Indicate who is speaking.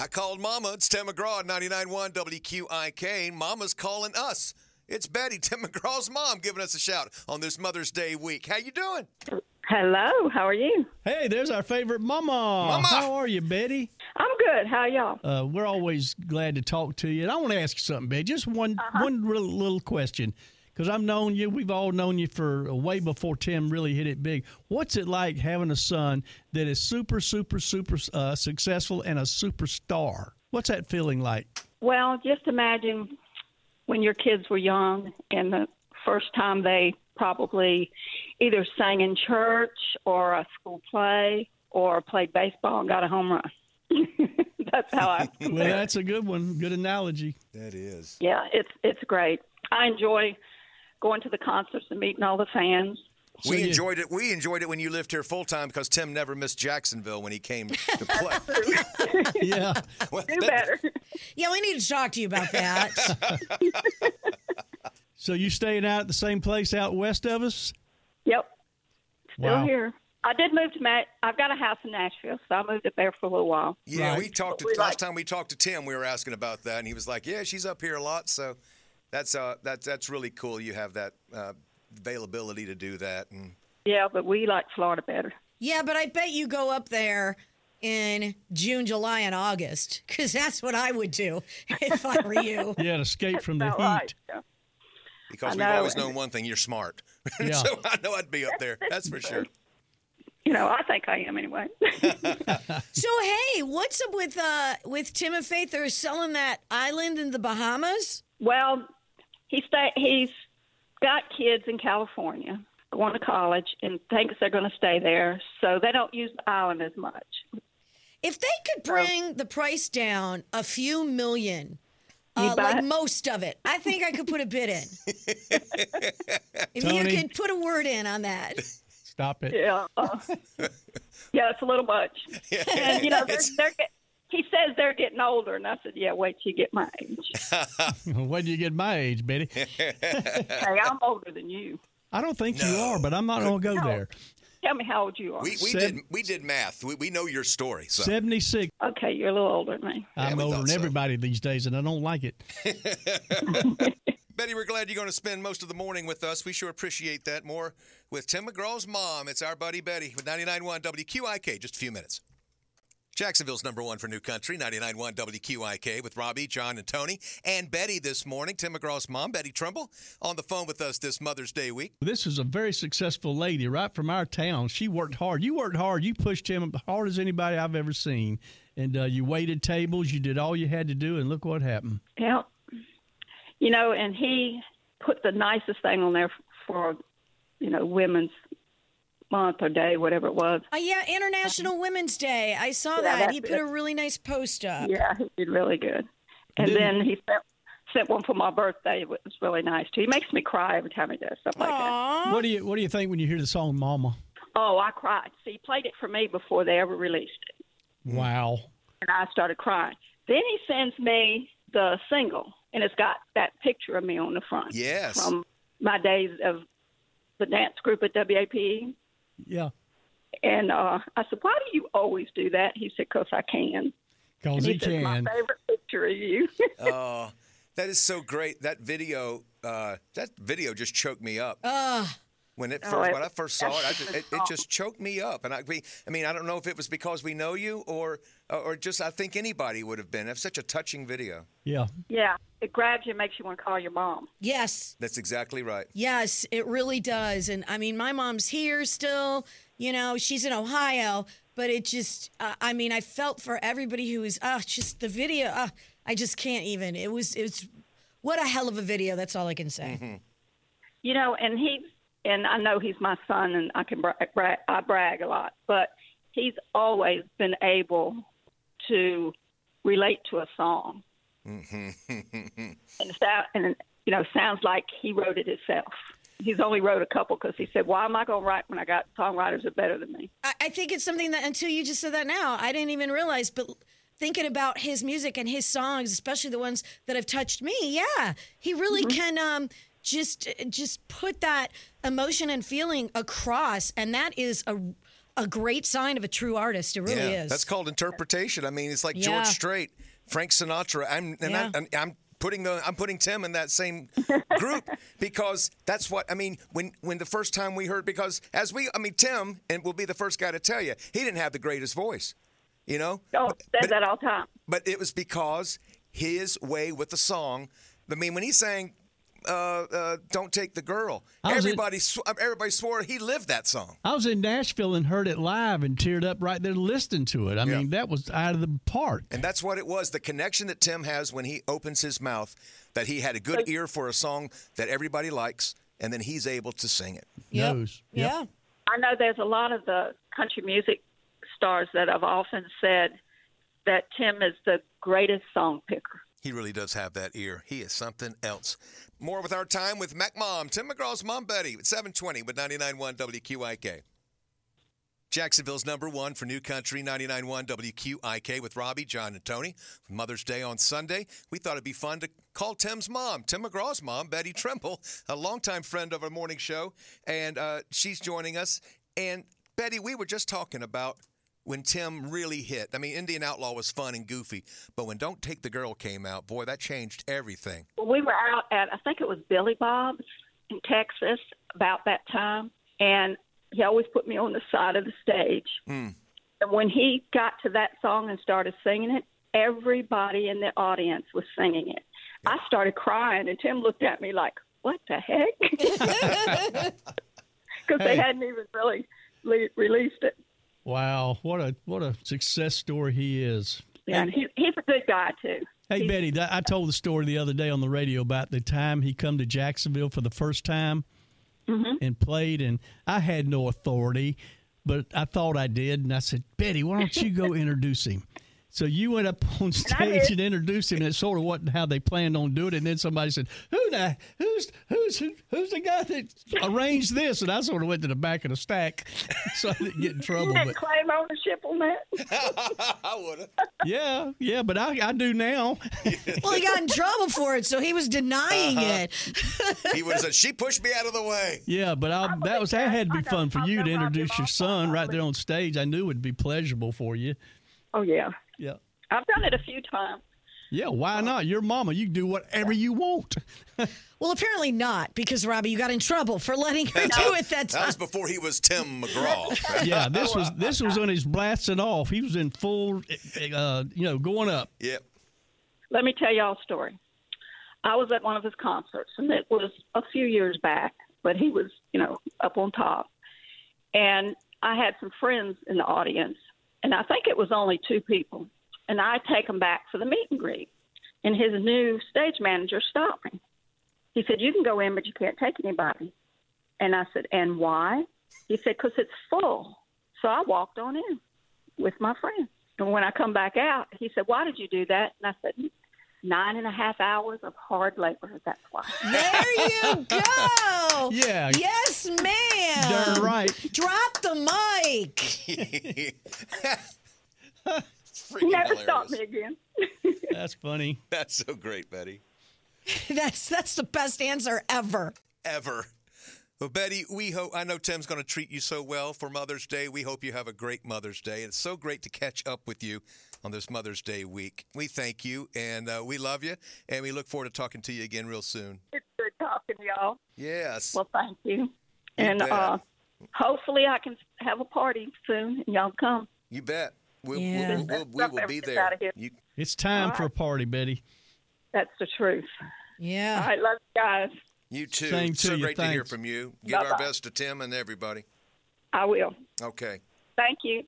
Speaker 1: I called Mama. It's Tim McGraw at 99.1 WQIK. Mama's calling us. It's Betty, Tim McGraw's mom, giving us a shout on this Mother's Day week. How you doing?
Speaker 2: Hello, how are you?
Speaker 3: Hey, there's our favorite mama.
Speaker 1: Mama.
Speaker 3: How are you, Betty?
Speaker 2: I'm good. How are y'all?
Speaker 3: Uh, we're always glad to talk to you. And I want to ask you something, Betty. Just one one real little question, because I've known you. We've all known you for uh, way before Tim really hit it big. What's it like having a son that is super, super, super uh, successful and a superstar? What's that feeling like?
Speaker 2: Well, just imagine when your kids were young and the first time they probably either sang in church or a school play or played baseball and got a home run. That's how I
Speaker 3: Well, that's a good one. Good analogy.
Speaker 1: That is.
Speaker 2: Yeah, it's it's great. I enjoy going to the concerts and meeting all the fans.
Speaker 3: So
Speaker 1: We
Speaker 3: you-
Speaker 1: enjoyed it. We enjoyed it when you lived here full time because Tim never missed Jacksonville when he came to play.
Speaker 3: Yeah.
Speaker 1: Well,
Speaker 2: Do
Speaker 1: that-
Speaker 2: better.
Speaker 4: Yeah, we need to talk to you about that.
Speaker 3: so you staying out at the same place out west of us?
Speaker 2: Yep. Still
Speaker 3: Wow.
Speaker 2: here. I did move to Matt. I've got a house in Nashville, so I moved up there for a little while.
Speaker 1: Yeah,
Speaker 3: Right.
Speaker 1: we talked. To,
Speaker 2: We
Speaker 1: last
Speaker 2: like-
Speaker 1: time we talked to Tim, we were asking about that, and he was like, "Yeah, she's up here a lot, so that's uh, that's that's really cool. You have that uh, availability to do that." And
Speaker 2: Yeah, but we like Florida better.
Speaker 4: yeah, but I bet you go up there in June, July, and August because that's what I would do if I were you.
Speaker 3: Yeah, to escape from the
Speaker 2: About
Speaker 3: heat.
Speaker 2: right. Yeah.
Speaker 1: because
Speaker 2: I
Speaker 1: we've
Speaker 2: know,
Speaker 1: always
Speaker 2: and-
Speaker 1: known one thing: you're smart.
Speaker 3: Yeah.
Speaker 1: so I know I'd be up there. That's for sure.
Speaker 2: You know, I think I am anyway.
Speaker 4: So hey, what's up with uh with Tim and Faith? They're selling that island in the Bahamas.
Speaker 2: well, he stay, he's got kids in California going to college and thinks they're going to stay there, so they don't use the island as much.
Speaker 4: If they could bring the price down a few million, uh, like
Speaker 2: bet.
Speaker 4: most of it, I think I could put a bid in. if
Speaker 3: Tony.
Speaker 4: you could put a word in on that.
Speaker 3: Stop it.
Speaker 2: Yeah. uh, yeah, it's a little much. And, you know, they're, they're get, he says they're getting older, and I said, yeah, wait till you get my age.
Speaker 3: When do you get my age, Betty?
Speaker 2: hey, I'm older than you.
Speaker 3: I don't think you
Speaker 1: No.
Speaker 3: are, but I'm not going to go there.
Speaker 2: Tell me how old you are.
Speaker 1: We, we
Speaker 3: Seb-
Speaker 1: did we did math. We, we know your story. So
Speaker 3: 76.
Speaker 2: okay, you're a little older than me.
Speaker 3: I'm
Speaker 1: we
Speaker 3: older
Speaker 1: thought
Speaker 3: than
Speaker 1: so.
Speaker 3: everybody these days, and I don't like it.
Speaker 1: Betty, we're glad you're going to spend most of the morning with us. We sure appreciate that more with Tim McGraw's mom. It's our buddy Betty with 99.1 WQIK. Just a few minutes. Jacksonville's number one for new country, 99.1 WQIK with Robbie, John, and Tony, and Betty this morning. Tim McGraw's mom, Betty Trumbull, on the phone with us this Mother's Day week.
Speaker 3: This is a very successful lady right from our town. She worked hard. You worked hard. You pushed him hard as anybody I've ever seen. And uh, you waited tables. You did all you had to do, and look what happened.
Speaker 2: Yeah. You know, and he put the nicest thing on there for, you know, Women's Month or Day, whatever it was.
Speaker 4: Uh, yeah, International Women's Day. I saw that.
Speaker 2: that's
Speaker 4: He put
Speaker 2: it.
Speaker 4: a really nice post up.
Speaker 2: Yeah, he did really good. And then he sent, sent one for my birthday. It was really nice too. He makes me cry every time he does stuff
Speaker 4: uh,
Speaker 2: like that.
Speaker 4: Aw.
Speaker 3: What do you What do you think when you hear the song "Mama"?
Speaker 2: Oh, I cried. See, he played it for me before they ever released it.
Speaker 3: Hmm. Wow.
Speaker 2: and I started crying. Then he sends me the single, and it's got that picture of me on the front.
Speaker 1: Yes.
Speaker 2: From my days of the dance group at WAPE.
Speaker 3: Yeah.
Speaker 2: And uh, I said, Why do you always do that? He said, Because I can.
Speaker 3: Cause
Speaker 2: he
Speaker 3: he
Speaker 2: said, My
Speaker 3: can.
Speaker 2: favorite picture of you.
Speaker 1: Oh, that is so great. That video, uh, that video just choked me up.
Speaker 4: Ugh.
Speaker 1: when it
Speaker 2: Oh, No,
Speaker 1: first
Speaker 2: it-
Speaker 1: when I first saw it, I just, it, it
Speaker 2: song.
Speaker 1: just choked me up. And I, we, I mean, I don't know if it was because we know you or or just I think anybody would have been. It's such a touching video.
Speaker 3: Yeah.
Speaker 2: yeah, it grabs you and makes you want to call your mom.
Speaker 4: yes.
Speaker 1: That's exactly right.
Speaker 4: Yes, it really does. And I mean, my mom's here still. You know, she's in Ohio, but it just, uh, I mean, I felt for everybody who was, uh, just the video. Uh, I just can't even. It was, it's, what a hell of a video. That's all I can say.
Speaker 2: You know, and he and I know he's my son, and I can bra- bra- I brag a lot, but he's always been able to relate to a song, and so, and you know, sounds like he wrote it himself. He's only wrote a couple because he said, "Why am I going to write when I got songwriters that are better than me?"
Speaker 4: I, I think it's something that until you just said that now, I didn't even realize. But thinking about his music and his songs, especially the ones that have touched me, yeah, he really
Speaker 3: Mm-hmm.
Speaker 4: can um, just just put that emotion and feeling across, and that is a a great sign of a true artist. It really
Speaker 1: yeah,
Speaker 4: is.
Speaker 1: that's called interpretation. I mean, it's like
Speaker 4: Yeah.
Speaker 1: George Strait, Frank Sinatra. I'm and
Speaker 4: Yeah.
Speaker 1: I, and I'm putting the I'm putting Tim in that same group because that's what I mean. When when the first time we heard because as we I mean Tim and will be the first guy to tell you he didn't have the greatest voice, you know.
Speaker 2: Oh,
Speaker 1: But-
Speaker 2: said that all the time.
Speaker 1: but it was because his way with the song. I mean, when he sang uh, uh, "Don't Take the Girl,"
Speaker 4: Oh,
Speaker 3: I was in-
Speaker 1: everybody sw- everybody swore he lived that song.
Speaker 3: I was in Nashville and heard it live and teared up right there listening to it. I
Speaker 1: Yeah.
Speaker 3: mean, that was out of the park.
Speaker 1: And that's what it was. The connection that Tim has when he opens his mouth, that he had a good ear for a song that everybody likes, and then he's able to sing it.
Speaker 4: Yep.
Speaker 3: Knows. Yep.
Speaker 4: Yeah.
Speaker 2: I know there's a lot of the country music stars that have often said that Tim is the greatest song picker.
Speaker 1: He really does have that ear. He is something else. More with our time with Mac Mom, Tim McGraw's Mom Betty at 720 with 99.1 WQIK. Jacksonville's number one for New Country, 99.1 WQIK with Robbie, John, and Tony. For Mother's Day on Sunday, we thought it'd be fun to call Tim's mom, Tim McGraw's mom, Betty Trimble, a longtime friend of our morning show, and uh, she's joining us. And Betty, we were just talking about when Tim really hit. I mean, Indian Outlaw was fun and goofy, but when Don't Take the Girl came out, boy, that changed everything.
Speaker 2: Well, we were out at I think it was Billy Bob's in Texas about that time, and he always put me on the side of the stage.
Speaker 3: Hmm.
Speaker 1: Mm.
Speaker 2: And when he got to that song and started singing it, everybody in the audience was singing it. I started crying, and Tim looked at me like, "What the heck?" Because they
Speaker 3: Hey.
Speaker 2: hadn't even really le- released it.
Speaker 3: Wow, what a what a success story he is.
Speaker 2: Yeah, and he, he's a good guy too.
Speaker 3: Hey
Speaker 2: He's-
Speaker 3: Betty, that, I told the story the other day on the radio about the time he come to Jacksonville for the first time and played, and I had no authority, but I thought I did, and I said, Betty, why don't you go introduce him? So you went up on stage
Speaker 2: did.
Speaker 3: and introduced him, and it's sort of what how they planned on doing it. And then somebody said, "Who the who's who's who, who's the guy that arranged this?" And I sort of went to the back of the stack, so I didn't get in
Speaker 2: You
Speaker 3: trouble. Oh, But
Speaker 2: didn't claim ownership on that.
Speaker 1: I would have.
Speaker 3: yeah, yeah, but I, I do now.
Speaker 4: Well, he got in trouble for it, so he was denying
Speaker 1: Uh-huh.
Speaker 4: it.
Speaker 1: He would have said, She pushed me out of the way.
Speaker 3: Yeah, but I, that
Speaker 2: believe
Speaker 3: was that
Speaker 2: that.
Speaker 3: had to be
Speaker 2: I know-
Speaker 3: fun for
Speaker 2: I
Speaker 3: you to
Speaker 2: know I'll
Speaker 3: introduce
Speaker 2: give
Speaker 3: your
Speaker 2: all-
Speaker 3: son
Speaker 2: I'll
Speaker 3: right there on stage. I knew would be pleasurable for you.
Speaker 2: Oh yeah,
Speaker 3: Yeah,
Speaker 2: I've done it a few times.
Speaker 3: yeah. Why not? Your mama. You can do whatever you want.
Speaker 4: Well, apparently not, because Robbie, you got in trouble for letting her do it that
Speaker 1: That
Speaker 4: time.
Speaker 1: was before he was Tim McGraw. right?
Speaker 3: Yeah, this was this was when he's blasting off. He was in full, uh, you know, going up.
Speaker 1: Yep.
Speaker 2: Let me tell y'all a story. I was at one of his concerts, and it was a few years back, but he was, you know, up on top. And I had some friends in the audience, and I think it was only two people. And I take them back for the meet and greet. And his new stage manager stopped me. He said, You can go in, but you can't take anybody. And I said, And why? He said, Because it's full. So I walked on in with my friend. And when I come back out, he said, Why did you do that? And I said, Nine and a half hours of hard labor. That's why.
Speaker 4: There you go.
Speaker 3: Yeah.
Speaker 4: Yes, ma'am.
Speaker 3: Darn right.
Speaker 4: Drop the mic.
Speaker 1: Freaking
Speaker 2: He never
Speaker 1: hilarious.
Speaker 2: stopped me again.
Speaker 3: That's funny.
Speaker 1: That's so great, Betty.
Speaker 4: That's that's the best answer ever.
Speaker 1: Ever. Well, Betty, we hope I know Tim's going to treat you so well for Mother's Day. We hope you have a great Mother's Day. It's so great to catch up with you on this Mother's Day week. We thank you and uh, we love you, and we look forward to talking to you again real soon.
Speaker 2: It's good talking to y'all.
Speaker 1: Yes.
Speaker 2: Well, thank you. And
Speaker 1: bet.
Speaker 2: uh, hopefully I can have a party soon and y'all come.
Speaker 1: you bet. We'll,
Speaker 4: Yeah.
Speaker 1: we'll, we'll, we
Speaker 2: Stuff
Speaker 1: will be
Speaker 2: everything's
Speaker 1: there.
Speaker 2: outta here.
Speaker 1: You,
Speaker 3: It's time for a party, Betty.
Speaker 2: That's the truth.
Speaker 4: Yeah.
Speaker 2: All right, love you guys.
Speaker 1: you too.
Speaker 3: Same to
Speaker 1: so
Speaker 3: you.
Speaker 1: great to hear
Speaker 3: Thanks.
Speaker 1: from you. Give our
Speaker 2: Bye-bye.
Speaker 1: best to Tim and everybody.
Speaker 2: I will.
Speaker 1: Okay.
Speaker 2: Thank you.